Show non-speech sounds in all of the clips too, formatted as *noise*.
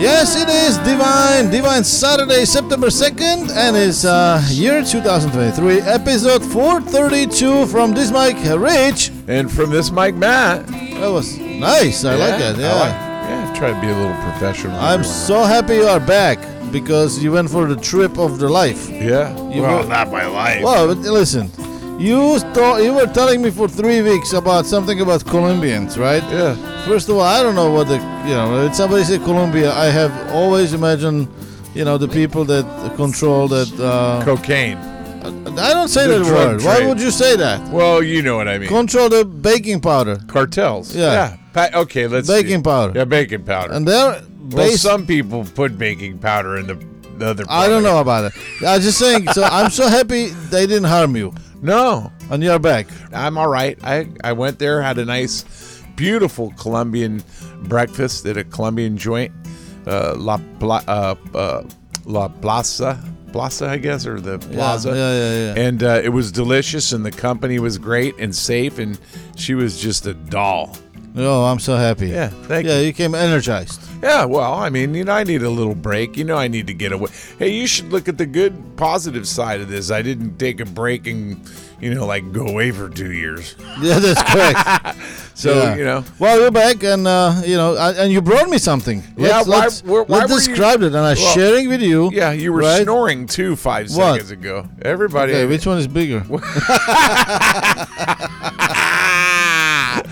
Yes, it is Divine, Divine Saturday, September 2nd, and it's uh, year 2023, episode 432 from this mic, Uh, Rich. And from this Mike Matt. That was nice, I like that, yeah. I like- yeah, try to be a little professional. I'm every so happy you are back because you went for the trip of your life. once. Yeah. You well, were- not my life. Well, but listen, you thought you were telling me for three weeks about something about Colombians, right? yeah. First of all, I don't know what the you know. When somebody say Colombia, I have always imagined, you know, the people that control that. Uh, Cocaine. I don't say the that drug word. Why trade. would you say that? Well, you know what I mean. Control the baking powder, Cartels. Yeah. Pa- okay, let's see. baking powder, Yeah, baking powder. and they're well, based. some people put baking powder in the, the other. I don't product. know about it. I'm just saying. So I'm so happy they didn't harm you, No, and you're back. I'm all right. I I went there, had a nice, beautiful Colombian breakfast at a Colombian joint, uh, La Pla- uh, uh, La Plaza, Plaza, I guess, or the Plaza. yeah, yeah, yeah. And uh, it was delicious, and the company was great and safe, and she was just a doll. Oh, I'm so happy. Yeah, thank yeah, you. you came energized. Yeah, well, I mean, you know, I need a little break. You know, I need to get away. Hey, you should look at the good positive side of this. I didn't take a break and, you know, like go away for two years. *laughs* Yeah, that's correct. *laughs* So, Yeah. you know, Well, you're back, and uh, you know, and and you brought me something. Yeah, Let's, why- let's, where- why let's were you- describe it, and I'm Well, sharing with you. yeah, you were right? snoring too five What? seconds ago. Everybody. Okay, which one is *laughs* bigger? "Ah!"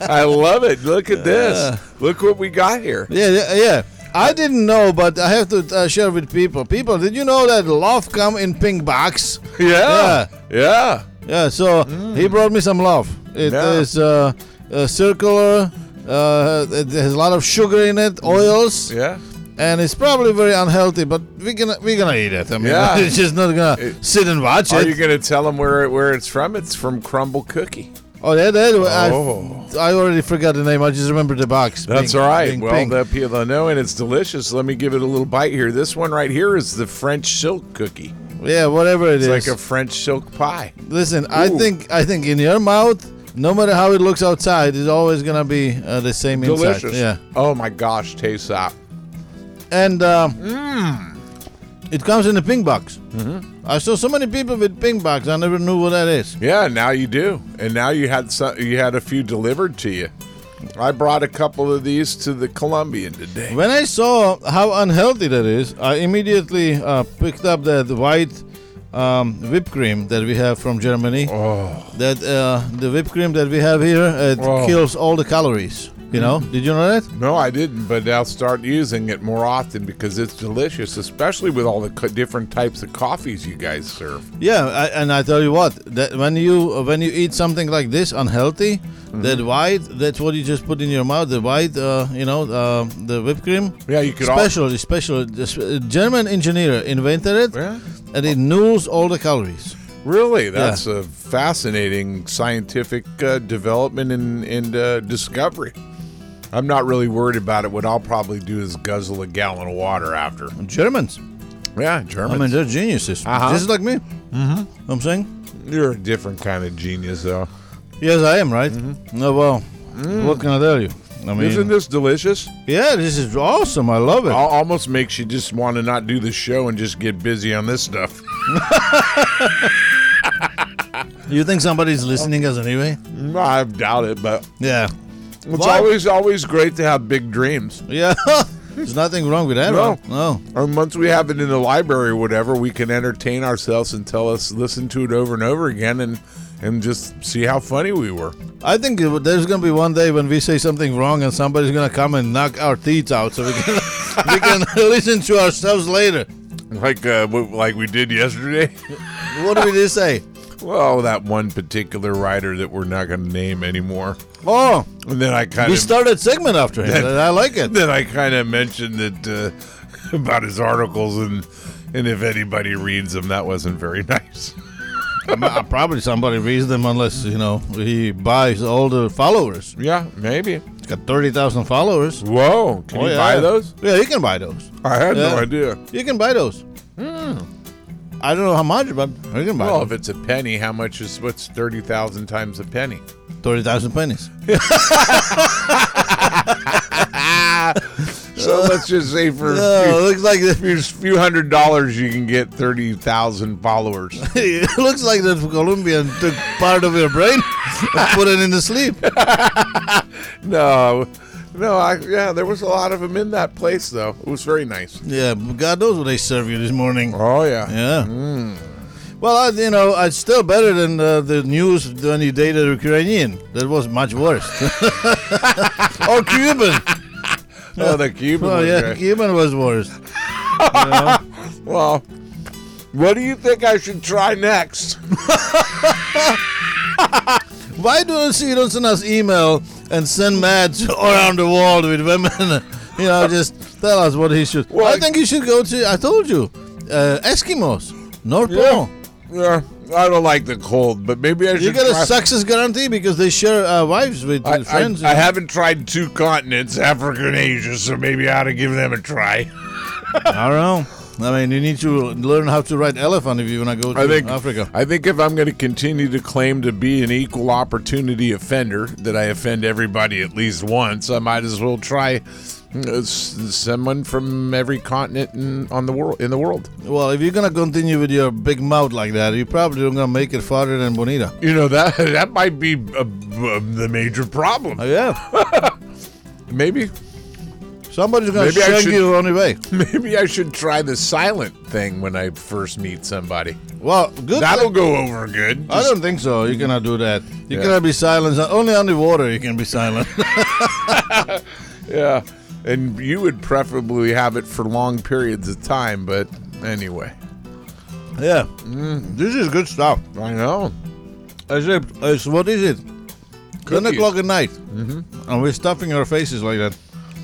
I love it. Look at this. Look what we got here. Yeah, yeah, yeah. I didn't know, but I have to uh, share with people. People, did you know that love come in pink box? *laughs* Yeah. Yeah. Yeah, so he brought me some love. It is Yeah. uh, uh, circular. Uh, it has a lot of sugar in it, oils, Yeah. and it's probably very unhealthy. But we're gonna we're gonna eat it. I mean, Yeah. *laughs* it's just not gonna It- sit and watch Are it. you going to tell them where, it- where it's from? It's from Crumble Cookie. Oh, that, that Oh. I, I already forgot the name. I just remember the box. That's being- all right. being Well, pink. the people know, and it's delicious. Let me give it a little bite here. This one right here is the French silk cookie. yeah, whatever it It's is. like a French silk pie. Listen, I Ooh. think I think in your mouth, no matter how it looks outside, it's always gonna be uh, the same Delicious. inside. Yeah, Oh my gosh, taste that. and um, Mmm. it comes in a pink box. Mm-hmm. I saw so many people with pink box. I never knew what that is. Yeah, now you do. And now you had some, you had a few delivered to you. I brought a couple of these to the Colombian today. When I saw how unhealthy that is, I immediately uh, picked up that white um, whipped cream that we have from Germany. Oh, that uh, the whipped cream that we have here it Wow. Mm. kills all the calories. You know? Did you know that? no, I didn't, but I'll start using it more often because it's delicious, especially with all the co- different types of coffees you guys serve. Yeah, I, and I tell you what, that when you when you eat something like this unhealthy, Mm-hmm. that white, that's what you just put in your mouth. The white, uh, you know, uh, the whipped cream. Yeah, you could al- special, special. This uh, German engineer invented it, Yeah. and it nuls all the calories. Really, that's a fascinating scientific uh, development and, and uh, discovery. I'm not really worried about it. What I'll probably do is guzzle a gallon of water after. Germans, Yeah, I German. mean, they're geniuses. Uh-huh. Just like me. Mm-hmm. I'm saying, You're a different kind of genius, though. yes, I am right. No, well, what can I tell you? I mean, Mm-hmm. Mm. Isn't this *laughs* delicious? Yeah, this is awesome. I love it. Al almost makes you just want to not do the show and just get busy on this stuff. You think somebody's listening us anyway? *laughs* I doubt it, but Yeah. it's Why? always always great to have big dreams. Yeah. *laughs* There's nothing wrong with that. No. right? No. And once we have it in the library or whatever, we can entertain ourselves and tell us listen to it over and over again and and just see how funny we were. I think it- there's going to be one day when we say something wrong and somebody's going to come and knock our teeth out so we can, *laughs* we can listen to ourselves later. Like uh, w- like we did yesterday. What did we say? *laughs* Well, that one particular writer that we're not going to name anymore. Oh, And then I kind we of started segment after him. I like *laughs* it. then I kind of mentioned that uh, *laughs* about his articles and and if anybody reads them, that wasn't very *laughs* nice. Uh, Probably somebody reads them unless, you know, he buys all the followers. Yeah, maybe. He's got 30,000 followers. Whoa, can Oh, you yeah. buy those? Yeah, you can buy those. I had Yeah. no idea. You can buy those. I don't know how much, but you can buy Hmm. Well, them. if it's a penny, how much is what's thirty thousand times a penny? *laughs* 30,000 pennies. So *laughs* So let's just say for No, it a looks like the, *laughs* few, few, few hundred dollars, you can get 30,000 *laughs* followers. it looks like the Colombian took part of your brain and put it in the *laughs* sleep. No, no, I, yeah, there was a lot of them in that place, though. It was very nice. Yeah, God knows what they serve you this morning. Oh, yeah. Yeah. Hmm. Well, I, you know, it's still better than uh, the news when you dated a Ukrainian. That was much *laughs* worse. or *laughs* Cuban. Oh, the Cuban. Oh, was yeah, great. Cuban was worse. Well, what do you think I should try *laughs* next? Why don't you don't send us email and send Matt *laughs* around the world with women? *laughs* you know, just tell us what he should. Well, I think you should go to. I told you, uh, Eskimos, North Pole. Yeah, I don't like the cold, but maybe I should You get try. a success guarantee because they share uh, wives with I, uh, friends. I, I haven't tried two continents, Africa and Asia, so maybe I ought to give them a try. I don't know. I mean, you need to learn how to ride elephant if you want to go to I think Africa. I think if I'm going to continue to claim to be an equal opportunity offender, that I offend everybody at least once, I might as well try uh, s- someone from every continent in, on the world in the world. Well, if you're gonna continue with your big mouth like that, you probably don't gonna make it farther than Bonita. You know that *laughs* that might be uh, uh, the major problem. Oh, *laughs* yeah, Maybe somebody's gonna Maybe I shank should- you on the way. *laughs* maybe I should try the silent thing when I first meet somebody. Well, good. That'll go over good. I Just- don't think so. You cannot do that. You Yeah. cannot be silent. Only on the water you can be silent. *laughs* yeah, and you would preferably have it for long periods of time, but anyway, yeah, Mm. this is good stuff. I know. Except, it's, what is it? Ten Cookies. Mm-hmm. o'clock at night, and we're stuffing our faces like that.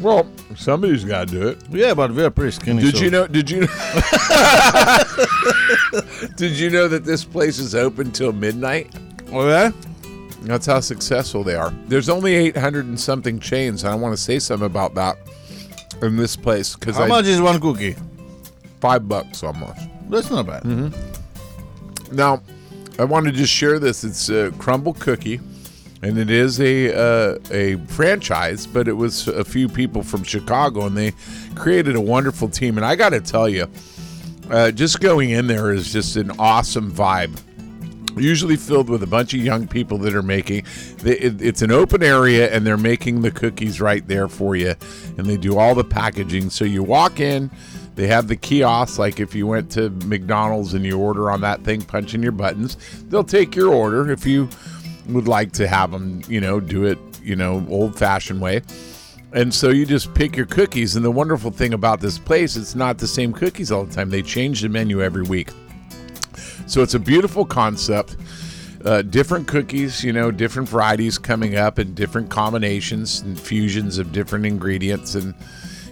Well, somebody's got to do it. Yeah, but we're pretty skinny. Did so- you know? *laughs* Did you? did you know that this place is open till midnight? Oh yeah. That's how successful they are. There's only 800 and something chains. and I want to say something about that in this place because How I much is one cookie? five bucks almost. That's not bad. Now, I want to just share this. It's a crumble cookie, and it is a uh, a franchise, but it was a few people from Chicago, and they created a wonderful team. And I got to tell you, uh, just going in there is just an awesome vibe. Usually filled with a bunch of young people that are making. They, it, it's an open area, and they're making the cookies right there for you, and they do all the packaging. So you walk in. They have the kiosks, like if you went to McDonald's and you order on that thing, punching your buttons, they'll take your order if you would like to have them, you know, do it, you know, old fashioned way. And so you just pick your cookies. And the wonderful thing about this place, it's not the same cookies all the time. They change the menu every week. So it's a beautiful concept. Uh, different cookies, you know, different varieties coming up and different combinations and fusions of different ingredients and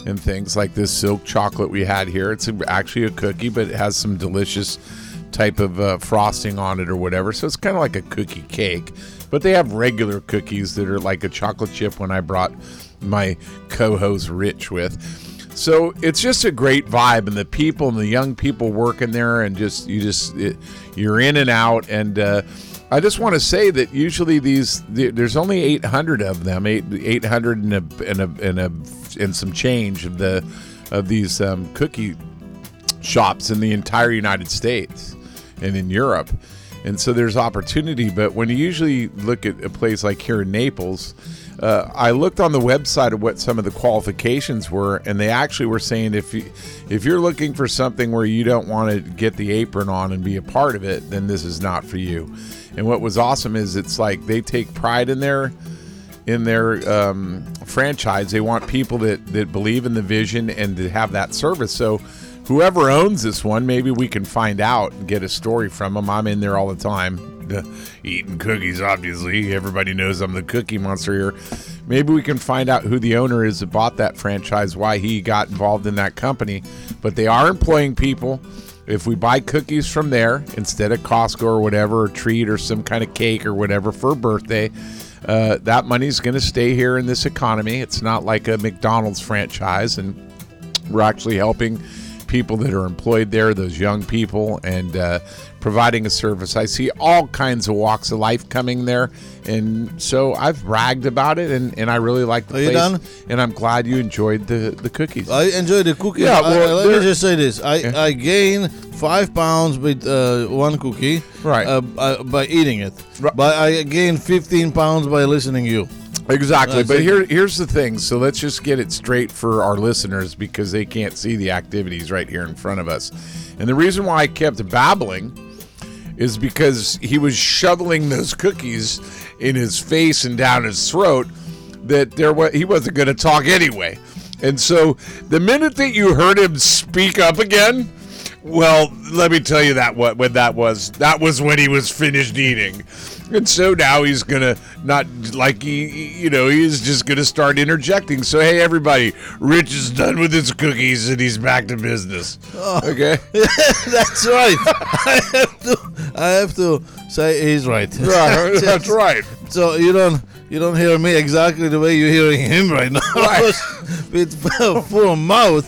and things like this silk chocolate we had here. It's a- actually a cookie, but it has some delicious type of uh, frosting on it or whatever. So it's kind of like a cookie cake. But they have regular cookies that are like a chocolate chip one I brought my co-host Rich with. So it's just a great vibe, and the people and the young people working there, and just you just it, you're in and out. And uh, I just want to say that usually these the- there's only 800 of them, eight 800 and a and a and a and some change of the of these um, cookie shops in the entire United States and in Europe. And so there's opportunity. But when you usually look at a place like here in Naples, uh, I looked on the website of what some of the qualifications were, and they actually were saying if you if you're looking for something where you don't want to get the apron on and be a part of it, then this is not for you. And what was awesome is it's like they take pride in their in their um, franchise. They want people that, that believe in the vision and to have that service. So, whoever owns this one, maybe we can find out and get a story from them. I'm in there all the time, *laughs* uh, eating cookies, obviously. Everybody knows I'm the cookie monster here. Maybe we can find out who the owner is that bought that franchise, why he got involved in that company. But they are employing people. If we buy cookies from there instead of Costco or whatever, or treat or some kind of cake or whatever for a birthday, uh, that money's going to stay here in this economy. It's not like a McDonald's franchise, and we're actually helping people that are employed there, those young people, and uh, providing a service. I see all kinds of walks of life coming there, and so I've bragged about it, and, and I really like the Are you place, done? and I'm glad you enjoyed the the cookies. I enjoy the cookies. Yeah, I- well, I- let they're- me just say this: I, I gain five pounds with uh, one cookie, Right. Uh, by, by eating it, Right. but I gain fifteen pounds by listening to *laughs* you. Exactly, That's but it. here here's the thing. So let's just get it straight for our listeners because they can't see the activities right here in front of us. And the reason why I kept babbling is because he was shoveling those cookies in his face and down his throat that there was he wasn't going to talk anyway. And so the minute that you heard him speak up again, well, let me tell you that what when that was. That was when he was finished eating. And so now he's gonna not like he, he- you know, he's just gonna start interjecting. So hey, everybody, Rich is done with his cookies and he's back to business. Okay, That's right. *laughs* I have to. I have to say he's right. *laughs* Right, that's right. So you don't you don't hear me exactly the way you're hearing him right now. Right. *laughs* With *laughs* full mouth,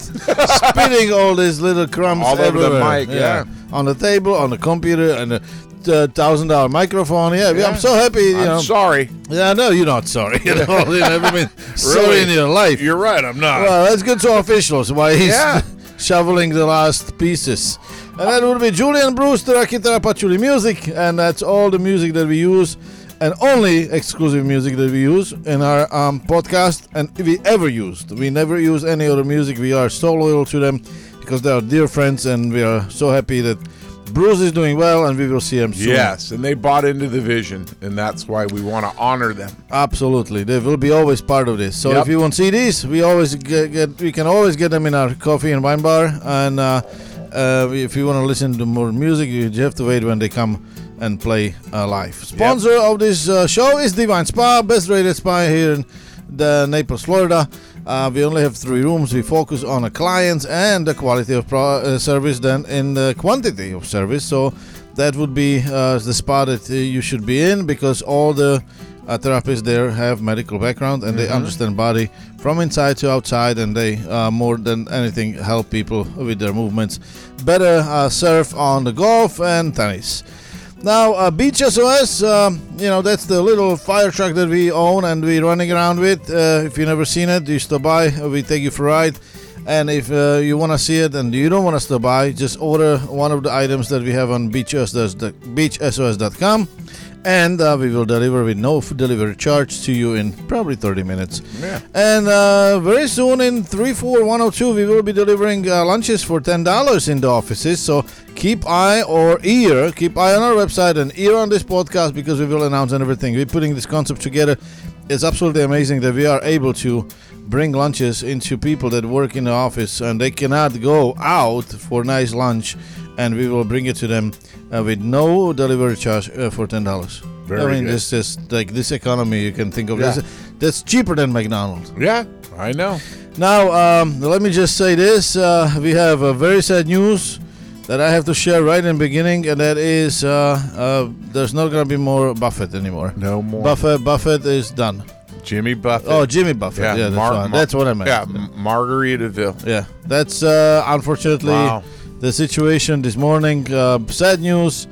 spitting all these little crumbs All over the everywhere. mic, yeah. On the table, on the computer, and the thousand dollar microphone. Yeah, Yeah. I'm so happy. You know. I'm sorry. yeah, no, you're not sorry. *laughs* You know, you never been sorry *laughs* Really? in your life. You're right. I'm not. Well, let's get to officials while he's Yeah. *laughs* shoveling the last pieces. And that would be Julian Brewster, Akitara Patchouli Music, and that's all the music that we use and only exclusive music that we use in our um, podcast and we ever used. We never use any other music. We are so loyal to them because they are dear friends and we are so happy that Bruce is doing well and we will see him soon. yes, and they bought into the vision, and that's why we want to honor them. Absolutely, they will be always part of this. So Yep. if you want CDs, we always get, get we can always get them in our coffee and wine bar. And uh, uh, if you want to listen to more music, you have to wait when they come and play uh, live. Sponsor of this uh, show is Divine Spa, best rated spa here in the Naples, Florida. Uh, we only have three rooms. We focus on the clients and the quality of pro- uh, service than in the quantity of service. So that would be uh, the spa that uh, you should be in because all the uh, therapists there have medical background and they understand body from inside to outside and they uh, more than anything help people with their movements better uh, surf on the golf and tennis now uh, beach sos um, you know that's the little fire truck that we own and we're running around with uh, if you've never seen it you stop by we take you for a ride and if uh, you want to see it and you don't want to stop by just order one of the items that we have on beachsos beachsos.com and uh, we will deliver with no f- delivery charge to you in probably 30 minutes. Yeah. And uh, very soon in 34102, we will be delivering uh, lunches for $10 in the offices. So keep eye or ear, keep eye on our website and ear on this podcast because we will announce and everything. We're putting this concept together. It's absolutely amazing that we are able to bring lunches into people that work in the office and they cannot go out for nice lunch and we will bring it to them uh, with no delivery charge uh, for ten dollars. Very I mean, good. this is like this economy you can think of. Yeah. This, that's cheaper than McDonald's. Yeah, I know. Now, um, let me just say this: uh, we have a very sad news that I have to share right in the beginning, and that is uh, uh, there's not going to be more Buffett anymore. No more Buffett, Buffett is done. Jimmy Buffett. Oh, Jimmy Buffett. Yeah, that's, Mar- right. Mar- that's what I meant. Yeah, M- Margaritaville. Yeah, that's uh, unfortunately Wow. the situation this morning. Uh, sad news,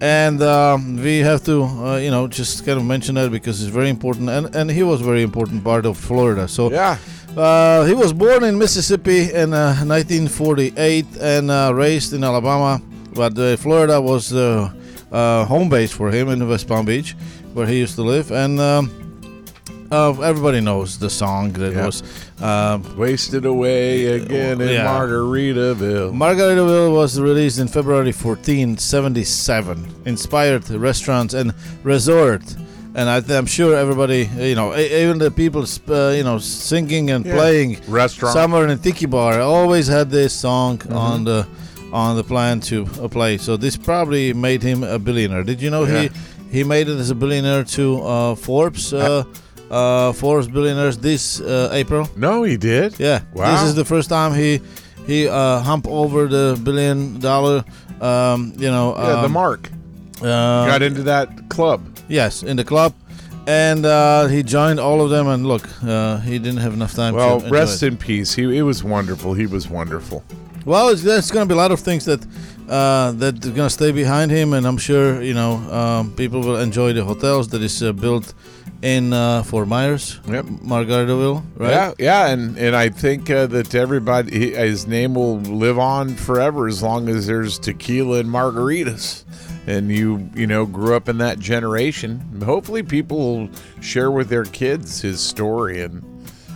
and um, we have to, uh, you know, just kind of mention that because it's very important. And and he was a very important part of Florida. So Yeah, uh, he was born in Mississippi in uh, 1948 and uh, raised in Alabama, but uh, Florida was the uh, home base for him in West Palm Beach, where he used to live. And um, uh, everybody knows the song that Yeah. was. Um, wasted away again in Yeah. Margaritaville. Margaritaville was released in February 14, 77. Inspired restaurants and resort. And I th- I'm sure everybody, you know, e- even the people, sp- uh, you know, singing and Yeah. playing Restaurant. Mm-hmm. somewhere in a tiki bar always had this song on the on the plan to uh, play. So this probably made him a billionaire. Did you know Yeah. he he made it as a billionaire to uh, Forbes uh, uh, Forbes billionaires this uh, April? no, he did. Yeah. Wow. This is the first time he he uh, hump over the billion dollar. Um, you know. Yeah, the um, mark. uh, Got into that club. Yes, in the club, and uh, he joined all of them. And look, uh, he didn't have enough time. Well, to enjoy rest it. in peace. He it was wonderful. He was wonderful. Well, it's, there's going to be a lot of things that uh, that are going to stay behind him, and I'm sure you know um, people will enjoy the hotels that is uh, built in uh, Fort Myers, Yep. Margaritaville, right? Yeah, yeah, and and I think uh, that everybody he, his name will live on forever as long as there's tequila and margaritas, and you you know grew up in that generation. Hopefully, people will share with their kids his story, and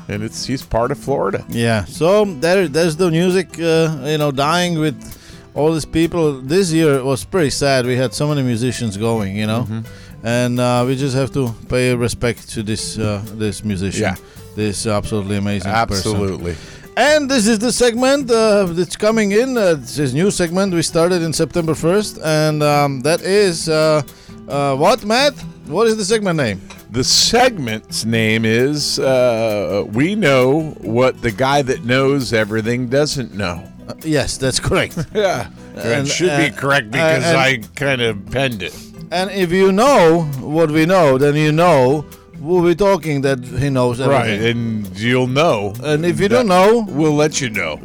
and it's he's part of Florida. Yeah. So there, there's the music, uh, you know, dying with all these people. This year was pretty sad. We had so many musicians going, you know, and uh, we just have to pay respect to this uh, this musician. Yeah. This absolutely amazing person. Absolutely. And this is the segment uh, that's coming in. Uh, this is new segment we started in September 1st, and um, that is uh, uh, what Matt? What is the segment name? The segment's name is uh, "We Know What the Guy That Knows Everything Doesn't Know." Uh, yes, that's *laughs* correct. Yeah, And, it should uh, be correct because and- I kind of penned it. And if you know what we know, then you know who we're talking that he knows Right, everything. and you'll know. And if you don't know, *laughs* We'll let you know.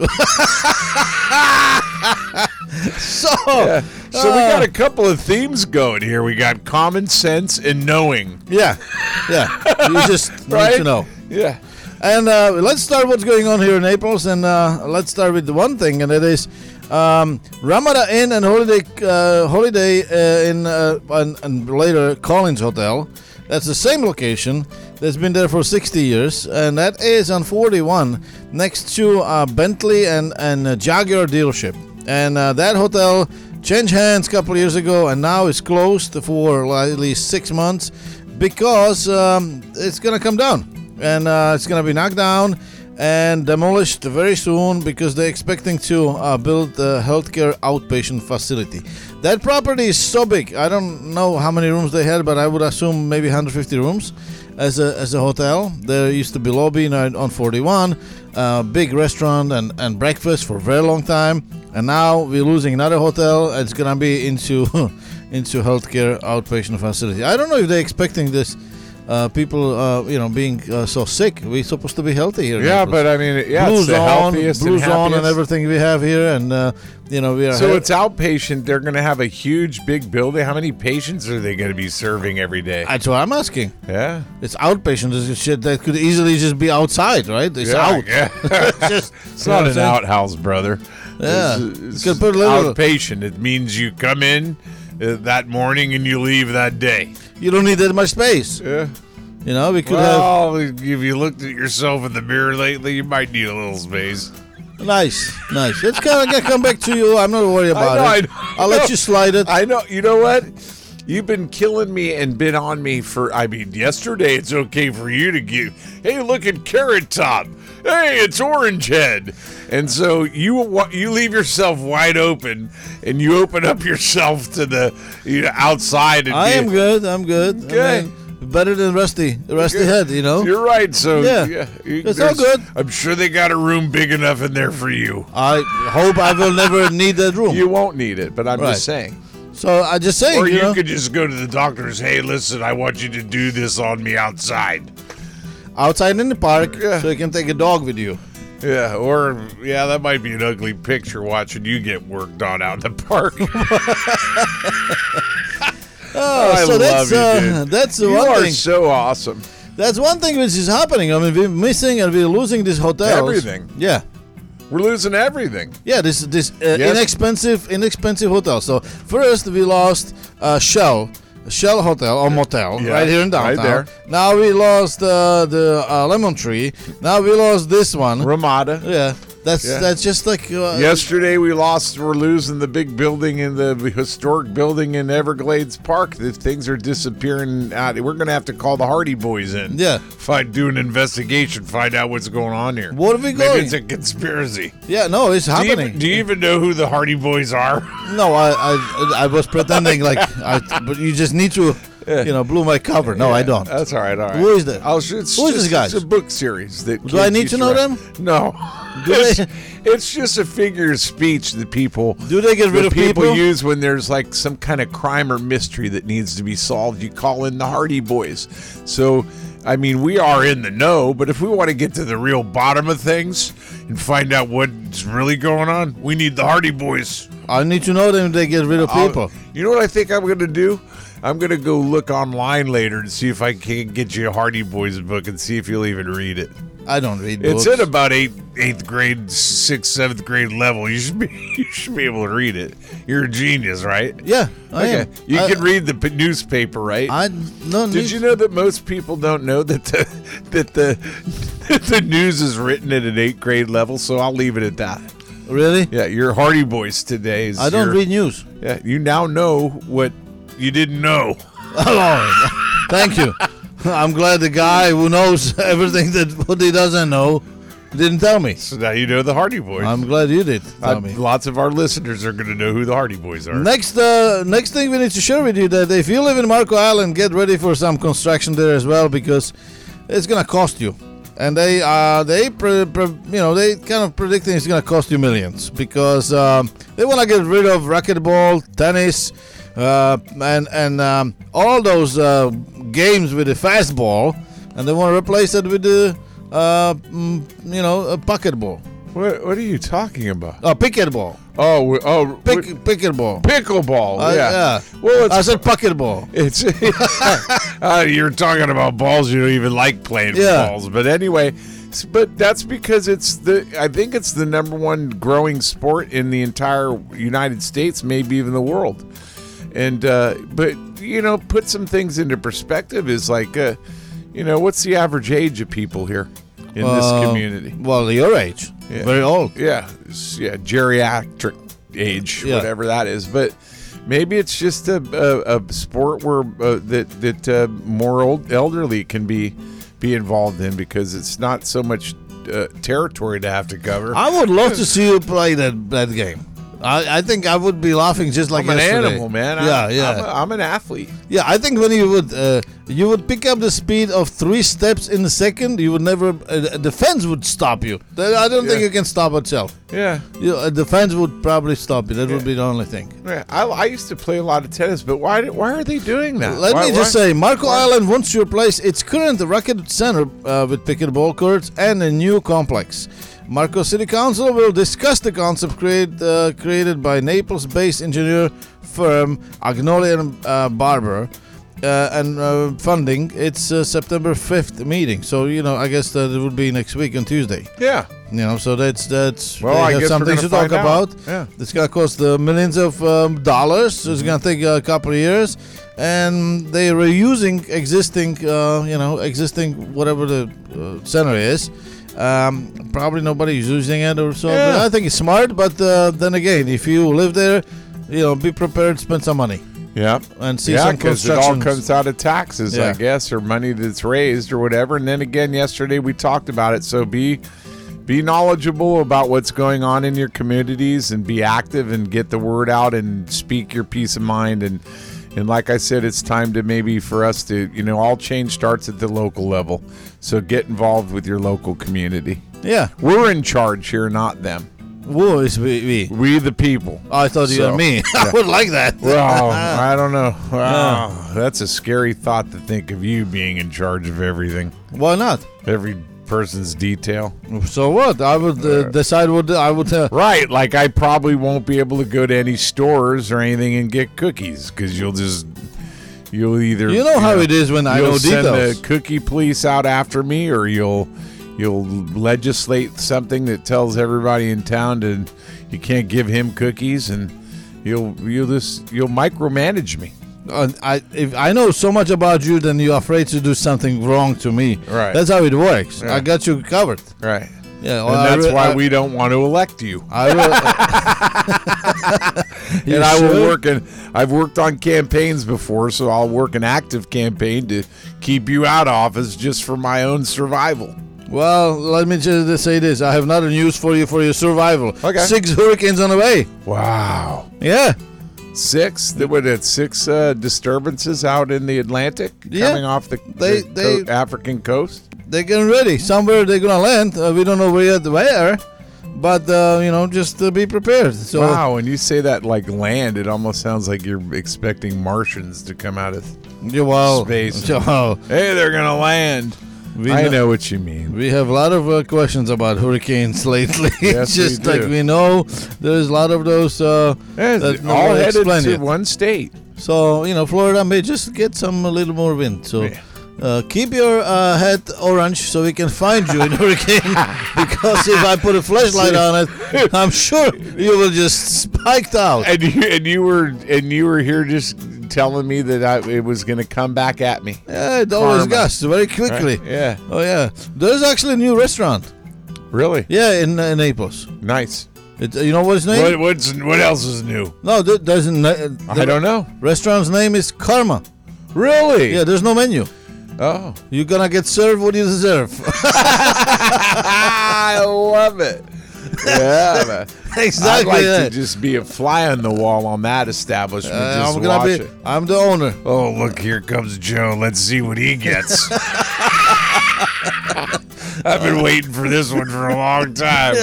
so *laughs* So we got a couple of themes going here. We got common sense and knowing. yeah, yeah. You just Right? need to know. Yeah. And uh, let's start what's going on here in Naples, and uh, let's start with one thing, and it is um, Ramada Inn and Holiday uh, Holiday uh, Inn uh, and, and later Collins Hotel. That's the same location that's been there for 60 years, and that is on 41 next to uh, Bentley and and uh, Jaguar dealership. And uh, that hotel changed hands a couple years ago, and now is closed for like, at least six months because um, it's gonna come down and uh, it's gonna be knocked down and demolished very soon because they're expecting to uh, build a healthcare outpatient facility. That property is so big. I don't know how many rooms they had, but I would assume maybe 150 rooms as a, as a hotel. There used to be lobby in- on 41, uh, big restaurant and, and breakfast for a very long time. And now we're losing another hotel. It's gonna be into *laughs* into healthcare outpatient facility. I don't know if they're expecting this uh, people, uh, you know, being uh, so sick. We're supposed to be healthy here. in Yeah, Naples. but I mean, yeah, blues it's the on, healthiest blues and on, and happiest. everything we have here, and uh, you know, we are. So ha- it's outpatient. They're going to have a huge, big building. How many patients are they going to be serving every day? That's what I'm asking. yeah. It's outpatient. This is shit that could easily just be outside, right? *laughs* It's yeah, out. Yeah. Just, *laughs* it's not an outhouse, brother. Yeah. It's, Could it's put a little- outpatient. It means you come in uh, that morning and you leave that day. You don't need that much space. Yeah. You know, we could Well, if you looked at yourself in the mirror lately, you might need a little space. have nice, nice. It's kind of gonna come back to you. I'm not worried about know, it. *laughs* I know. will let you slide it. I know. You know what? You've been killing me and been on me for. I mean, yesterday it's okay for you to give. Hey, look at Carrot Top. Hey, it's Orange Head. And so you wa- you leave yourself wide open, and you open up yourself to the you know outside. And I you- am good. I'm good. I Okay. mean, better than Rusty. Rusty head, you know. You're right. So Yeah. you- It's all there's- good. I'm sure they got a room big enough in there for you. I hope I will never need that room. *laughs* You won't need it, but I'm Right. just saying. so I just say, Or you you, know, could just go to the doctor's. Hey, listen, I want you to do this on me outside. outside in the park, Yeah. so you can take a dog with you. Yeah, or yeah, that might be an ugly picture watching you get worked on out in the park. *laughs* Oh, I so that's love you, uh, dude. that's the you one are thing. so awesome. that's one thing which is happening. I mean, we're missing and we're losing these hotels. Everything. Yeah. We're losing everything. Yeah, this this uh, Yes. inexpensive inexpensive hotel. So first we lost uh, Shell Shell Hotel or motel Yeah, right here in right downtown. there. Now we lost uh, the uh, Lemon Tree. Now we lost this one. Ramada. yeah, that's Yeah. that's just like uh, Yesterday we lost. We're losing the big building in the historic building in Everglades Park. The things are disappearing. Out. We're gonna have to call the Hardy Boys in. Yeah. find do an investigation. Find out what's going on here. What are we Maybe going- it's a conspiracy. Yeah, no, it's Do you, happening. even, do you even know who the Hardy Boys are? No, I, I I was pretending like I, but you just need to, you know, blew my cover. No, I *laughs* don't. That's all right. All right. Who is that? I'll, it's just, Who is this guy? It's a book series. That Do I kids need used to know write. them? No. Do *laughs* it's, they- it's just a figure of speech that people Do they get that rid of people? use when there's like some kind of crime or mystery that needs to be solved. You call in the Hardy Boys. So I mean, we are in the know, but if we want to get to the real bottom of things and find out what's really going on, we need the Hardy Boys. I need to know them if they get rid of I'll- people. you know what I think I'm going to do? I'm going to go look online later and see if I can get you a Hardy Boys book and see if you'll even read it. I don't read It's books. at about eighth, eighth grade, sixth, seventh grade level. You should be, *laughs* you should be able to read it. You're a genius, right? yeah, I am. You I, can read the p- newspaper, right? I no need. Did you know that most people don't know that the *laughs* that the that the news is written at an eighth grade level? So I'll leave it at that. really? Yeah, your Hardy Boys today is. I don't your- read news. *laughs* Yeah, you now know what you didn't know. Hello. Oh, Thank you. *laughs* I'm glad the guy who knows *laughs* everything that what he doesn't know didn't tell me. So now you know the Hardy Boys. I'm glad you did tell Uh, me. lots of our listeners are going to know who the Hardy Boys are. Next, uh, next thing we need to share with you that if you live in Marco Island, get ready for some construction there as well because it's gonna cost you. And they, uh, they, pre- pre- you know, they kind of predicting it's gonna cost you millions because um, they want to get rid of racquetball, tennis, uh, and and um, all those uh, games with the fastball, and they want to replace it with the, uh, mm, you know, a pocketball, What, what are you talking about? a uh, picketball, Oh, we- oh, pick we- picketball. pickleball. Uh, yeah. Well, I it's said pocketball. It's *laughs* uh, you're talking about balls. You don't even like playing with Yeah. balls, but anyway, s- but that's because it's the. I think it's the number one growing sport in the entire United States, maybe even the world. And uh, but you know, put some things into perspective. Is like, uh, you know, what's the average age of people here in Uh, this community? Well, your age, Yeah. very old. yeah, s- yeah, geriatric age, Yeah. whatever that is. But maybe it's just a, a, a sport where uh, that that uh, more old elderly can be be involved in because it's not so much uh, territory to have to cover. I would love to see you play that that game. I, I think I would be laughing just like I'm an yesterday. animal, man. Yeah, I'm, yeah, I'm, a, I'm an athlete. yeah. I think when you would uh, you would pick up the speed of three steps in a second, you would never. Uh, the fence would stop you. Th- I don't think Yeah. you can stop itself. Yeah. You, uh, the fence would probably stop you. That would be the only thing. Yeah, I, I used to play a lot of tennis, but why did- why are they doing that? Let Why- me just why- say, Marco why- Island wants to replace its current racket center uh, with pickleball courts and a new complex. Marco City Council will discuss the concept create, uh, created by Naples-based engineer firm Agnoli and uh, Barber. Uh, and uh, funding, it's uh, September 5th meeting. So, you know, I guess that it would be next week on Tuesday. Yeah. You know, so that's, that's Well, they have I guess we're something gonna to talk find out. about. Yeah. Mm-hmm. It's gonna cost uh, millions of um, dollars. So it's gonna take a couple of years, and they were using existing, uh, you know, existing whatever the uh, center is. Um, probably nobody's using it or so. but Yeah. I think it's smart, but uh, then again, if you live there, you know, be prepared, spend some money, Yeah. and see yeah, some because it all construction. comes out of taxes, Yeah. I guess, or money that's raised or whatever. And then again, yesterday we talked about it. So be be knowledgeable about what's going on in your communities and be active and get the word out and speak your peace of mind and and like I said, it's time to maybe for us to you know all change starts at the local level. So get involved with your local community. yeah, We're in charge here, not them. whoa, is we, we. We the people. I thought you So, and me. *laughs* I would like that. *laughs* Wow, I don't know. Wow, that's a scary thought to think of you being in charge of everything, Why not? every person's detail. So what? I would uh, decide what I would. Uh, Right, like I probably won't be able to go to any stores or anything and get cookies because you'll just you'll either you know how it is when I you'll know send details. the cookie police out after me, or you'll you'll legislate something that tells everybody in town to you can't give him cookies, and you'll you'll just you'll micromanage me. Uh, I if I know so much about you, then you're afraid to do something wrong to me. Right. That's how it works. I Right. got you covered. Right. Yeah. well, and I that's re- why I- we don't want to elect you. *laughs* I re- *laughs* You and I will should. work in. I've worked on campaigns before, so I'll work an active campaign to keep you out of office just for my own survival. Well, let me just say this. I have another news for you for your survival. Okay. Six hurricanes on the way. Wow, Yeah. six. There were that six uh, disturbances out in the Atlantic Yeah. coming off the, They- the they- co- African coast. They're getting ready. Somewhere they're gonna land. Uh, we don't know where yet, where, But uh, you know, just uh, be prepared. So wow, when you say that like land, it almost sounds like you're expecting Martians to come out of. yeah, well, *laughs* Space. so, Hey, they're gonna land. we I know- know what you mean. We have a lot of uh, questions about hurricanes *laughs* lately. Yes, we just like do. we know, there's a lot of those. Uh, Yeah, that it's all nobody headed explained to yet. one state. So you know, Florida may just get some a little more wind. So Yeah. uh, keep your uh, head orange so we can find you in *laughs* *laughs* hurricane. because if I put a flashlight on it, I'm sure you will just spiked out. And you and you were and you were here just telling me that I, it was gonna come back at me. Yeah, it always Karma. gusts very quickly. Yeah. Oh yeah, there's actually a new restaurant. Really Yeah, in, in Naples. nice. It, you know what its name? What what's what else is new? No, there, there's a na- I don't know. Restaurant's name is Karma. Really? Yeah, there's no menu. Oh. You're gonna get served what you *laughs* deserve. I love it. Yeah. *laughs* man. I'd exactly. like that. to just be a fly on the wall on that establishment. Uh, just I'm gonna watch be. it. I'm the owner. Oh, look, here comes Joe. Let's see what he *laughs* gets. I've been waiting for this one for a long time.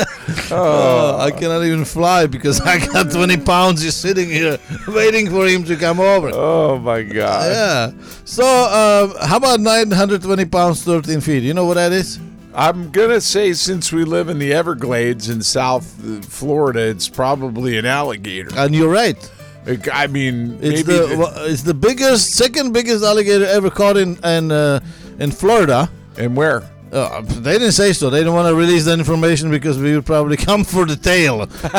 Oh. Uh, I cannot even fly because *laughs* I got 20 pounds just sitting here *laughs* waiting for him to come over. Oh, my God. Yeah. So, uh, how about 920 pounds, 13 feet? You know what that is? I'm going to say, since we live in the Everglades in South uh, Florida, it's probably an alligator. And you're right. Like, I mean, It's maybe. the well, it's the biggest, second biggest alligator ever caught in in, uh, in Florida. and where? Uh, they didn't say so. They didn't want to release that information because we would probably *laughs* come for the tail. you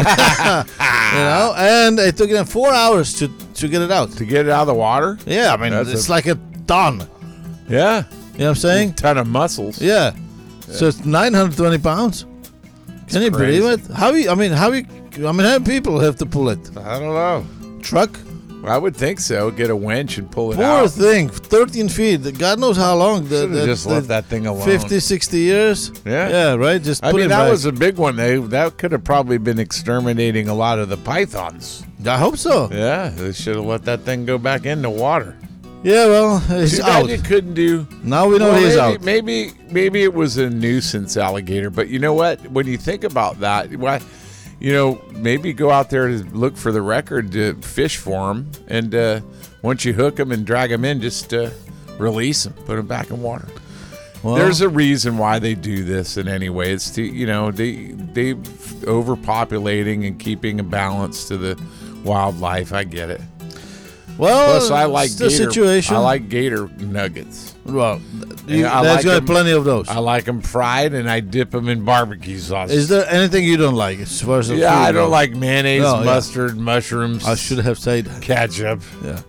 know, and it took them four hours to to get it out. To get it out of the water? Yeah, I mean, That's it's a- like a ton. Yeah. You know what I'm saying? Ton of mussels. Yeah. So it's 920 pounds. Can you crazy. believe it? How you? I mean, how you? I mean, how people have to pull it? I don't know. Truck. I would think so. Get a winch and pull it Poor out. thing. 13 feet. God knows how long. The, Should've just left that thing alone. 50, 60 years. Yeah. Yeah. Right. Just I put mean, it that back. was a big one. They that could have probably been exterminating a lot of the pythons. I hope so. Yeah. Yeah, they should have let that thing go back in the water. well, he's Too bad out. You couldn't do. Now we know Well, he's maybe, out. Maybe maybe it was a nuisance alligator, but you know what? When you think about that, why, you know, maybe go out there to look for the record to fish for them, and uh, once you hook them and drag them in, just uh, release them, put them back in water. Well, There's a reason why they do this in any way. It's to you know they they overpopulating and keeping a balance to the wildlife. I get it. well, Plus, I like it's the gator, situation. I like gator nuggets. Well, th- you, Yeah, I there's like gonna them. be plenty of those. I like them fried, and I dip them in barbecue sauce. Is there anything you don't like as far as the yeah, food I don't goes? like mayonnaise, No, yeah. mustard, mushrooms, I should have said *laughs* that. ketchup. Yeah.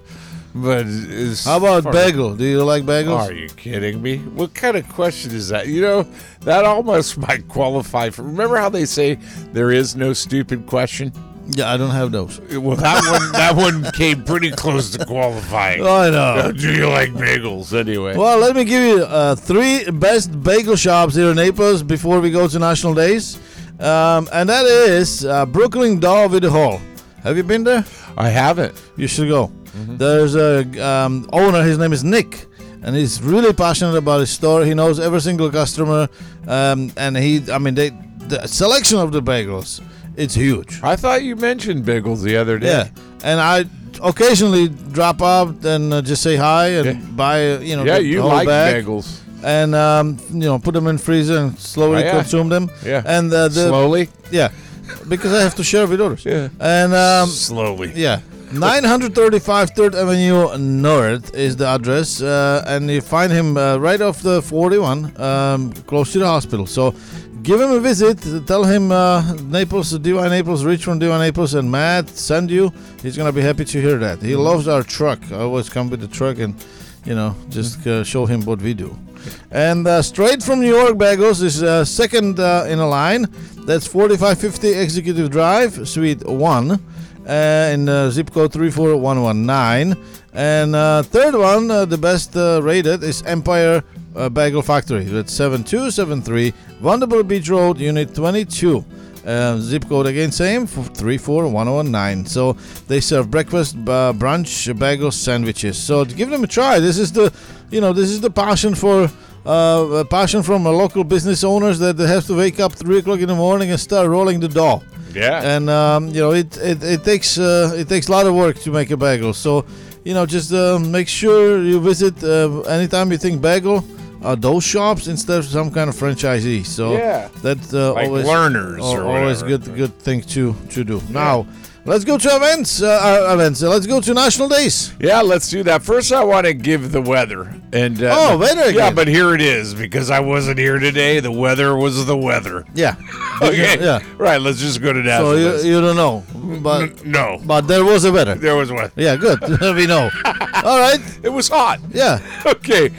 But it's, How about far- bagel? Do you like bagels? Are you kidding me? What kind of question is that? You know, that almost *laughs* might qualify for. Remember how they say there is no stupid question? Yeah, I don't have those. Well, that *laughs* one that one came pretty close to qualifying. Oh, I know. *laughs* Do you like bagels anyway? Well, let me give you uh, three best bagel shops here in Naples before we go to National Days. Um, and that is uh, Brooklyn David Hall. Have you been there? I haven't. You should go. Mm-hmm. There's a um, owner. His name is Nick, and he's really passionate about his store. He knows every single customer, um, and he. I mean, they the selection of the bagels. It's huge. I thought you mentioned bagels the other Yeah, day. and I occasionally drop up and uh, just say hi and Yeah. buy. uh, You know, Yeah, the you whole like bag bagels. and um, you know put them in freezer and slowly Oh, yeah. consume them. Yeah. and uh, the Slowly? yeah, because I have to share with others. Yeah. and um, *laughs* Slowly. yeah. 935 3rd Avenue North is the address, uh, and you find him uh, right off the 41, um, close to the hospital. So give him a visit. Tell him uh, Naples, DY Naples, Rich from DY Naples, and Matt send you. He's going to be happy to hear that. He loves our truck. I always come with the truck and, you know, just uh, show him what we do. And uh, straight from New York Bagels is uh, second uh, in a line. That's 4550 Executive Drive, Suite 1 uh, in uh, zip code 34119. And uh, third one, uh, the best uh, rated, is Empire uh, Bagel Factory. That's 7273 Vanderbilt Beach Road, Unit 22. Uh, zip code again, same, f- 34119. oh, So they serve breakfast, uh, brunch, bagel sandwiches. So give them a try. This is the, you know, this is the passion for uh, passion from uh, local business owners that they have to wake up three o'clock in the morning and start rolling the dough. Yeah. And um, you know, it it, it takes uh, it takes a lot of work to make a bagel. So, you know, just uh, make sure you visit uh, anytime you think bagel. Uh, those shops instead of some kind of franchisee. So Yeah. that's uh, Like always learners al- or always whatever. good good thing to to do. Now, let's go to events. Uh, uh, events. Uh, let's go to national days. Yeah, let's do that. First, I want to give the weather. And uh, Oh, weather Yeah, again. but here it is because I wasn't here today. The weather was the weather. Yeah. Okay. Oh, Yeah. Right. Let's just go to So you, Nazareth. you don't know, but N- no, but there was a *laughs* weather. there was one. Yeah, good. *laughs* we know. All right. It was hot. Yeah. *laughs* Okay.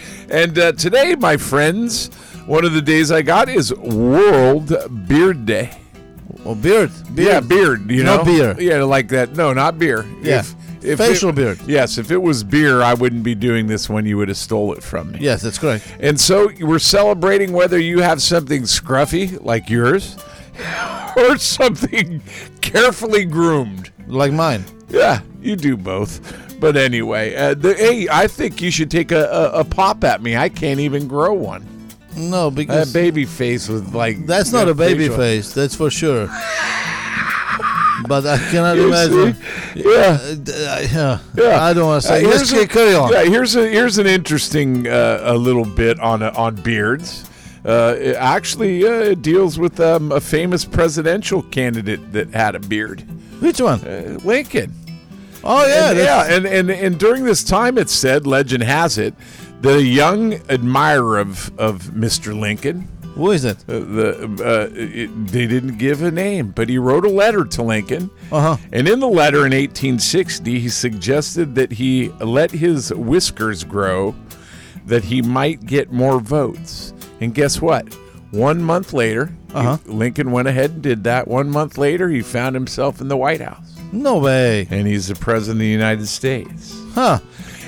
And uh, today, my friends, one of the days I got is World Beard Day. Oh, beard. Beard. Yeah, beard. You Not know, beer. Yeah, like that. No, not beer. Yeah. Facial it- beard. Yes, if it was beer, I wouldn't be doing this one. You would have stole it from me. Yes, that's correct. And so we're celebrating whether you have something scruffy like yours *laughs* or something carefully groomed. Like mine. Yeah, you do both. But anyway, uh, the, hey, I think you should take a, a, a pop at me. I can't even grow one. No, A because baby face with like that's not a baby facial- face. That's for sure. but I cannot imagine. Yeah. Uh, d- I- yeah. Yeah. I don't want to Uh, say. Let's here's a- ca- carry on. Yeah, here's a here's an interesting uh, a little bit on uh, on beards. Uh, it actually, uh, it deals with um, a famous presidential candidate that had a beard, Which one? uh, Lincoln. Oh yeah, and, that's- yeah, and, and and during this time, it said, legend has it, that a young admirer of of Mr. Lincoln. Who is it? Uh, the uh, it, they didn't give a name, but he wrote a letter to Lincoln. Uh-huh. And in the letter in 1860, he suggested that he let his whiskers grow, that he might get more votes. And guess what? One month later, Uh-huh. he- Lincoln went ahead and did that. One month later, he found himself in the White House, No way. and he's the president of the United States. Huh?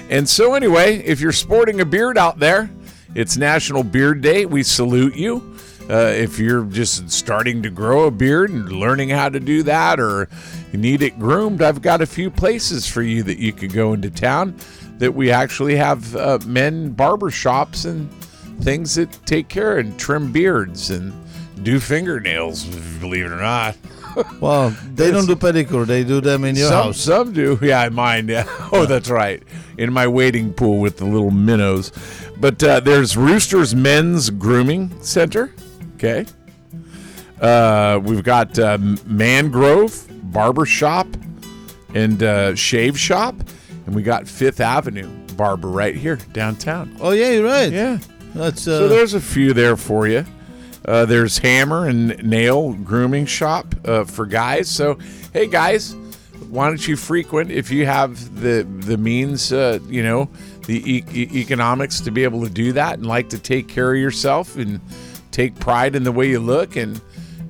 And so, anyway, if you're sporting a beard out there, it's National Beard Day. We salute you. Uh, if you're just starting to grow a beard and learning how to do that, or you need it groomed, I've got a few places for you that you could go into town that we actually have uh, men barber shops and things that take care and trim beards and do fingernails, believe it or not. Well, they don't do pedicure. They do them in your some, house. Some do. *laughs* Yeah, mine. Yeah. Oh, that's right. In my wading pool with the little minnows. But uh, there's Roosters Men's Grooming Center. Okay. Uh, we've got uh, Mangrove Barber Shop and uh, Shave Shop, and we got Fifth Avenue Barber right here downtown. Oh yeah, you're right. Yeah. That's So uh, there's a few there for you. Uh, there's hammer and nail grooming shop uh, for guys. So hey guys, why don't you frequent if you have the the means, uh, you know, the e- e- economics to be able to do that and like to take care of yourself and take pride in the way you look and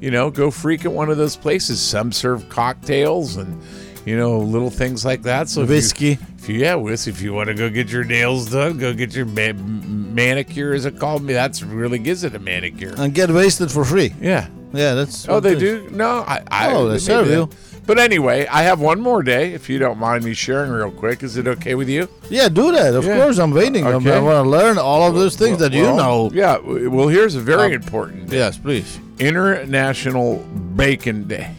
you know go frequent one of those places. Some serve cocktails and you know little things like that. So if you- whiskey. if you, yeah, Wiss, if you want to go get your nails done, go get your ma- manicure, as it called me. That's really gives it a manicure. And get wasted for free. yeah. Yeah, that's. Oh, what they it is. do? No, I. I Oh, they maybe serve you. But anyway, I have one more day, if you don't mind me sharing real quick. Is it okay with you? Yeah, do that. Of Yeah. course, I'm waiting. I'm- Okay. I want to learn all of those things that you Well, know. Oh. Yeah. w- Well, here's a very important day. Yes, please. International Bacon Day.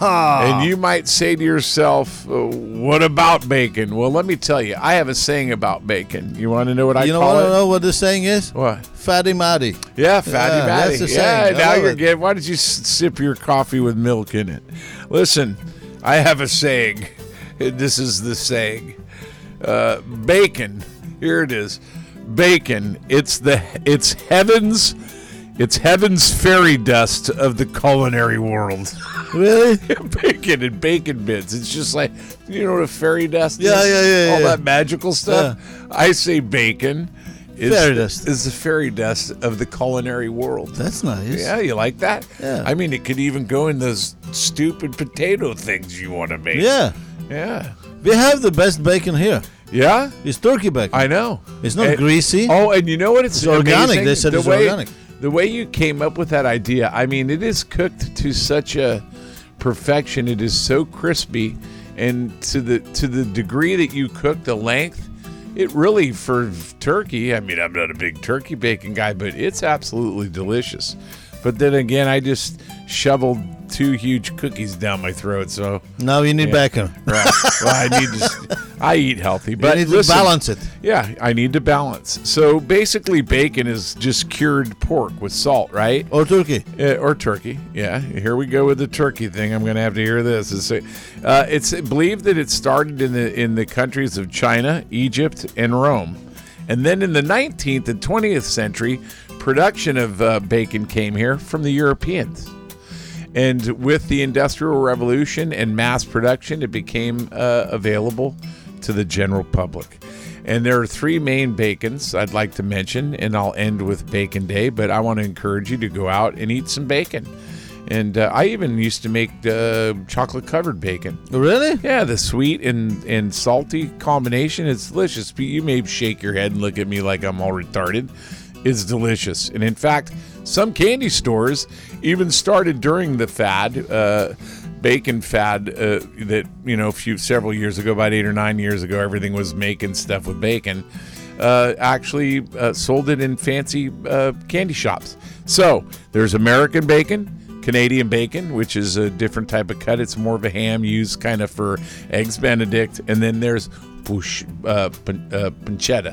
Ah. And you might say to yourself, uh, "What about bacon?" Well, let me tell you, I have a saying about bacon. You want to know what I you know call what? I it? know what this saying is. What? Fatty Matty. Yeah, fatty Yeah, matty. that's the yeah, saying. I now love you're it. getting. Why did you s- sip your coffee with milk in it? Listen, I have a saying. *laughs* This is the saying. Uh, bacon. Here it is. Bacon. It's the. It's heaven's. It's heaven's fairy dust of the culinary world. *laughs* Really? bacon and bacon bits. It's just like you know what a fairy dust Yeah, is? yeah, yeah, All yeah. that magical stuff. I say bacon is Fairy dust. is the fairy dust of the culinary world. That's nice. Yeah, you like that? Yeah. I mean, it could even go in those stupid potato things you want to make. Yeah. Yeah. We have the best bacon here. Yeah. It's turkey bacon. I know. It's not And- greasy. Oh, and you know what? It's, organic. amazing? They said the it's way, organic. The way you came up with that idea, I mean, it is cooked to such a perfection. It is so crispy, and to the to the degree that you cook the length, it really for turkey. I mean, I'm not a big turkey bacon guy, but it's absolutely delicious. But then again, I just shoveled two huge cookies down my throat, so *laughs* Now you need bacon. right. well, I need to. s- I eat healthy, but you need listen, to balance it. Yeah, I need to balance. So basically, bacon is just cured pork with salt, right? Or Oh, turkey. Uh, or turkey. Yeah, here we go with the turkey thing. I'm going to have to hear this. It's, uh, it's believed that it started in the in the countries of China, Egypt, and Rome, and then in the 19th and 20th century, production of uh, bacon came here from the Europeans. And with the Industrial Revolution and mass production, it became uh, available to the general public. And there are three main bacons I'd like to mention, and I'll end with Bacon Day, but I want to encourage you to go out and eat some bacon. And uh, I even used to make uh, chocolate covered bacon. Really? *laughs* Yeah, the sweet and, and salty combination is delicious. But You may shake your head and look at me like I'm all retarded. It's delicious. And in fact, some candy stores even started during the fad, uh, bacon fad, uh, that, you know, a few several years ago, about eight or nine years ago, everything was making stuff with bacon. Uh, actually, uh, sold it in fancy uh, candy shops. So there's American bacon. Canadian bacon, which is a different type of cut. It's more of a ham used kind of for eggs Benedict. And then there's push, uh, pan, uh, pancetta,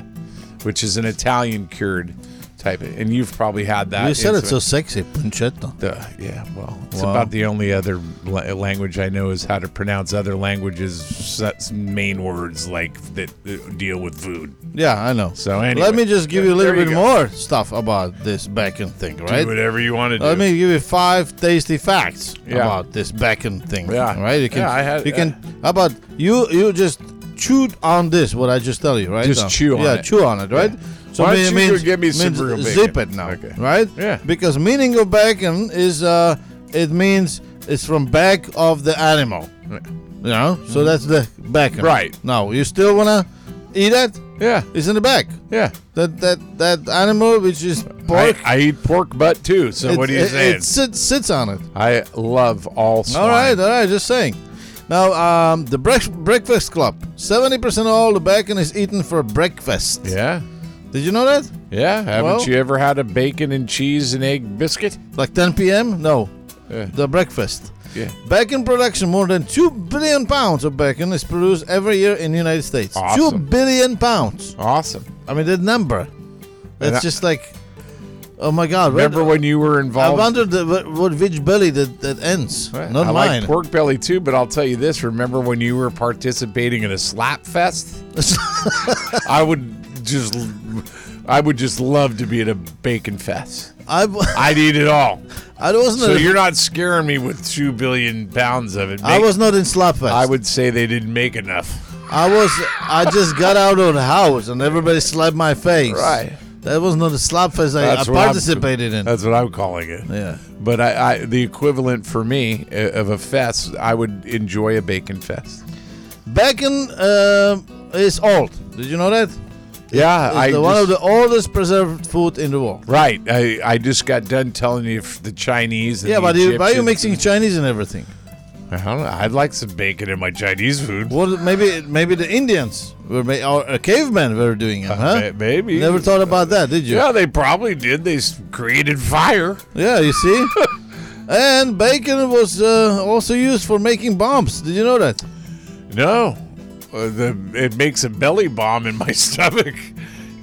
which is an Italian cured type. Of, and you've probably had that. You said It's it's so sexy, pancetta. uh, yeah, well, it's Wow. about the only other la- language I know is how to pronounce other languages' s- main words like that uh, deal with food. Yeah, I know. So anyway, let me just give you a there little you bit go. more stuff about this bacon thing, right? Do whatever you want to do. Let me give you five tasty facts Yeah. about this bacon thing. Yeah. Right? You can Yeah, I had- uh, you can how about you you just chewed on this what I just tell you, right? Just now. chew on yeah, it. chew on it, right? So Why me- don't you means, give me some means real bacon? zip it now. Okay. Right? Yeah. Because meaning of bacon is uh it means it's from back of the animal. You know? So that's the bacon. Mm-hmm. Right. Now you still wanna eat it? Yeah, It's in the back. yeah. That that that animal which is I, pork I eat pork butt too. So it- what are you it, saying? It sits, sits on it. I love all swine. All right, all right, just saying. Now, um, the brec- Breakfast Club. 70% of all the bacon is eaten for breakfast. Yeah. Did you know that? Yeah, haven't Well- you ever had a bacon and cheese and egg biscuit? Like 10 p.m.? No, Yeah. the breakfast. Yeah. Bacon production. More than 2 billion pounds of bacon is produced every year in the United States. Awesome. 2 billion pounds. Awesome. I mean, that number. That's I- just like, oh my God. right? Remember when you were I involved? wonder the, what, what, which belly that, that ends. Right. Not I mine. like pork belly too, but I'll tell you this: remember when you were participating in a slap fest? I would just, I would just love to be at a bacon fest. *laughs* I, w- I'd eat it all. I wasn't. *laughs* So a- you're not scaring me with two billion pounds of it. I Make- was not in Slapfest. I would say they didn't make enough. I was I just got out of the house and everybody slapped my face. Right. That was not a slap fest I, I That's what I'm- participated in. That's what I'm calling it. yeah. But I, I the equivalent for me uh, of a fest, I would enjoy a bacon fest. Bacon um is old. Did you know that? It's Yeah, I the, one just- of the oldest preserved food in the world. right. I, I just got done telling you f- the Chinese. And Yeah, the but you, why are you Egyptians. mixing Chinese and everything? I don't know. I'd like some bacon in my Chinese food. What? Maybe maybe the Indians were ma- or uh, cavemen were doing it, huh? Uh, May- Maybe. Never thought about that, did you? Yeah, they probably did. They s- created fire. Yeah, you *laughs* see. and bacon was uh, also used for making bombs. Did you know that? No, uh, the, it makes a belly bomb in my *laughs* stomach.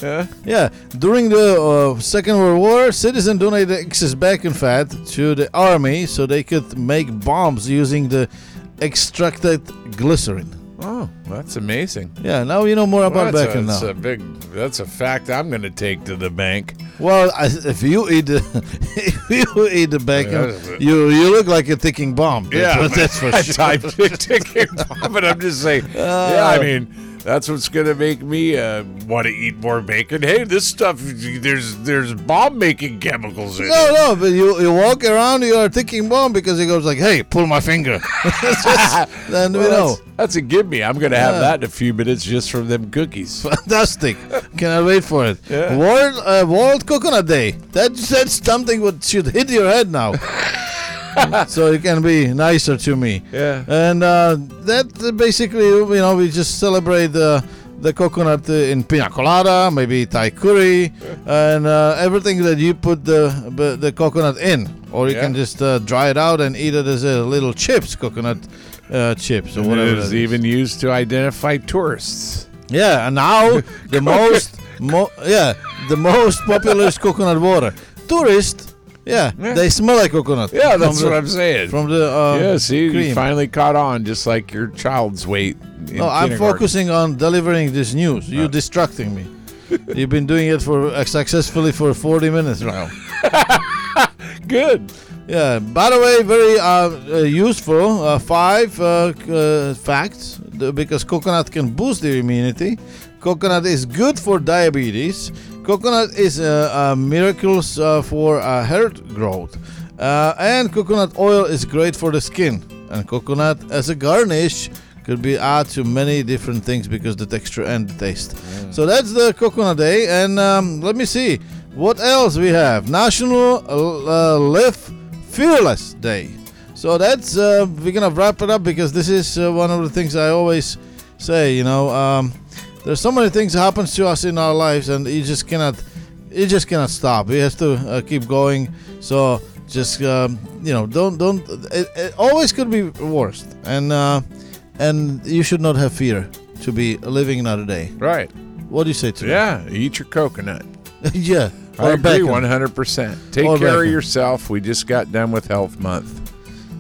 Yeah. Yeah, during the uh, Second World War, citizens donated excess bacon fat to the army so they could make bombs using the extracted glycerin. Oh, that's amazing. Yeah, now you know more about that's bacon a, now. That's a big. That's a fact. I'm going to take to the bank. well, I, if you eat the *laughs* if you eat the bacon, Yeah, that's it. you you look like a ticking bomb. Yeah, that's, that's *laughs* for I sure. typed it ticket bomb, but I'm *laughs* just saying. Oh. yeah, I mean, that's what's gonna make me uh, want to eat more bacon. Hey, this stuff, there's there's bomb making chemicals in No, no, but you, you walk around, you are a ticking bomb because it goes like, hey, pull my finger. *laughs* That's just- then it. we Well, know. that's, that's a give me. I'm gonna Yeah. have that in a few minutes just from them cookies. Fantastic! Can I wait for it? Yeah. World uh, World Coconut Day. That that's something what should hit your head *laughs* now. so you can be nicer to me. Yeah. And uh, that uh, basically, you know, we just celebrate uh, the coconut uh, in pina colada, maybe Thai *laughs* curry, and uh, everything that you put the the- the coconut in. Or you Yeah. can just uh, dry it out and eat it as a little chips, coconut uh, chips or And whatever. it that is is. even used to identify tourists. Yeah, and *laughs* now the most, mo- yeah, the most popular is coconut water. Tourists, yeah, Yeah. they smell like coconut. Yeah, from that's the- what I'm saying. From the uh, yeah, see, you cream. finally caught on, just like your child's weight. in No, I'm kindergarten. focusing on delivering this news. You're distracting *laughs* me. You've been doing it for uh, successfully for 40 minutes now. Good. Yeah. By the way, very uh, uh, useful uh, five uh, c- uh, facts the- because coconut can boost the immunity. Coconut is good for diabetes. Coconut is uh, uh, miracles uh, for uh, hair growth, uh, and coconut oil is great for the skin. And coconut as a garnish could be added to many different things because the texture and the taste. So that's the coconut day, and um, let me see what else we have. National uh, Live Fearless Day. So that's uh, we're gonna wrap it up because this is uh, one of the things I always say. You know, um, there's so many things that happens to us in our lives, and you just cannot, you just cannot stop. We have to uh, keep going. So just um, you know, don't don't. It, it always could be worse, and uh, and you should not have fear to be living another day. Right. What do you say to Yeah. Eat your coconut. that? *laughs* yeah, I Or agree bacon. 100%. Take Or care of bacon. yourself. We just got done with Health Month.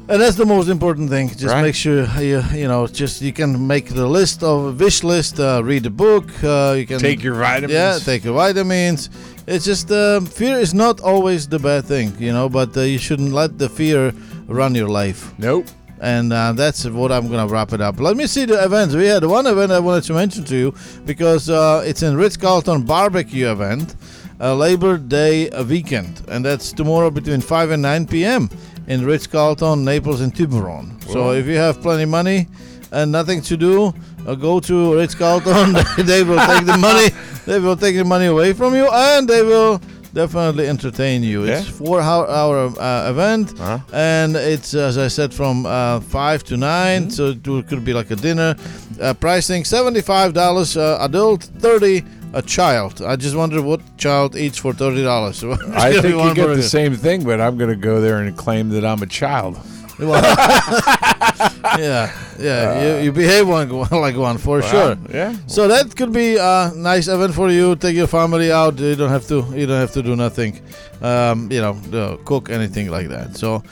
And that's the most important thing. Just Right. make sure you you know just you can make the list of wish list. Uh, read the book. Uh, you can Take your vitamins. yeah take your vitamins. It's just um, fear is not always the bad thing, you know. But uh, you shouldn't let the fear run your life. nope. And uh, that's what I'm gonna wrap it up. Let me see the events. We had one event I wanted to mention to you because uh, it's in Ritz Carlton barbecue event, uh, Labor Day weekend, and that's tomorrow between 5 and 9 p.m. in Ritz Carlton, Naples, and Tiburon. So Wow. if you have plenty of money and nothing to do, uh, go to Ritz Carlton. *laughs* they will take the *laughs* money. They will take the money away from you, and they will definitely entertain you. It's Yeah. four hour, hour uh, event Huh? and it's as I said from uh, five to 9 Mm-hmm. so it will- could be like a dinner. Uh, pricing seventy five dollars uh, adult, thirty a child. I just wonder what child eats for thirty dollars. *laughs* I think you get the same thing, but I'm going to go there and claim that I'm a child. *laughs* yeah, yeah. you, you behave one *laughs* like one for sure. Uh, Um, Yeah. So that could be a nice event for you. Take your family out. You don't have to. You don't have to do nothing. Um, you know, uh, cook anything like that. So,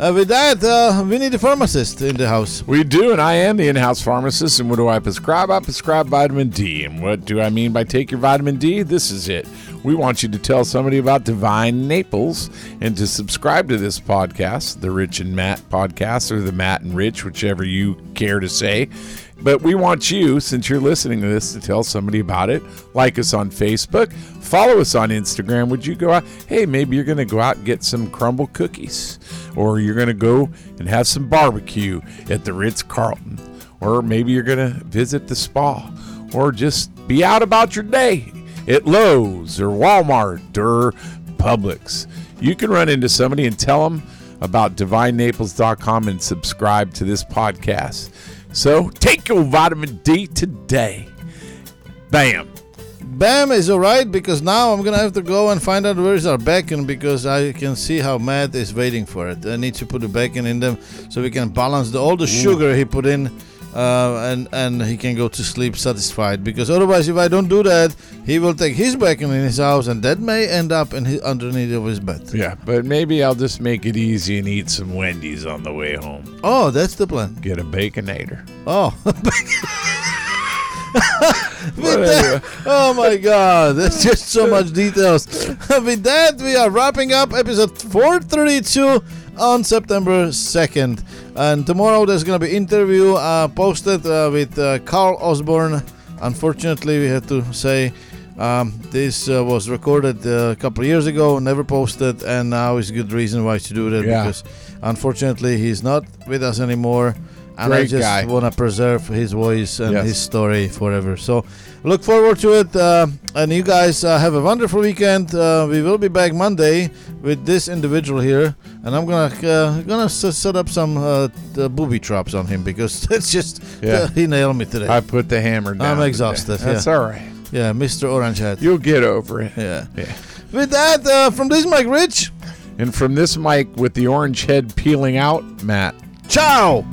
uh, with that, uh, we need a pharmacist in the house. We do, and I am the in house pharmacist. And what do I prescribe? I prescribe vitamin D. And what do I mean by take your vitamin D? This is it. We want you to tell somebody about Divine Naples and to subscribe to this podcast, the Rich and Matt podcast, or the Matt and Rich, whichever you care to say. But we want you, since you're listening to this, to tell somebody about it. Like us on Facebook, follow us on Instagram. Would you go out? Hey, maybe you're going to go out and get some crumble cookies, or you're going to go and have some barbecue at the Ritz Carlton, or maybe you're going to visit the spa, or just be out about your day at Lowe's or Walmart or Publix. You can run into somebody and tell them about divinenaples.com and subscribe to this podcast. So take your vitamin D today. Bam. Bam is alright because now I'm gonna have to go and find out where is our bacon because I can see how Matt is waiting for it. I need to put the bacon in them so we can balance the, all the sugar he put in, uh, and and he can go to sleep satisfied. Because otherwise, if I don't do that, he will take his bacon in his house, and that may end up in his, underneath of his bed. Yeah, but maybe I'll just make it easy and eat some Wendy's on the way home. Oh, that's the plan. Get a baconator. Oh, *laughs* But anyway, Oh my god, that's just so much details. *laughs* With that, we are wrapping up episode 432 on September 2nd. And tomorrow there's going to be interview uh, posted uh, with uh, Carl Osborne. Unfortunately, we have to say um, this uh, was recorded uh, a couple of years ago, never posted, and now is a good reason why to do that Yeah. because unfortunately he's not with us anymore. and I Great guy. just want to preserve his voice and Yes. his story forever. So, look forward to it. Uh, and you guys uh, have a wonderful weekend. Uh, we will be back Monday with this individual here, and I'm gonna uh, gonna s- set up some uh, t- booby traps on him because *laughs* that's just uh, Yeah. he nailed me today. I put the hammer down. today. exhausted, That's yeah. all right. yeah, Mr. Orange Head. You'll get over it. yeah. Yeah. With that, uh, from this Mike Rich. And from this mic with the orange head peeling out, Matt. Ciao.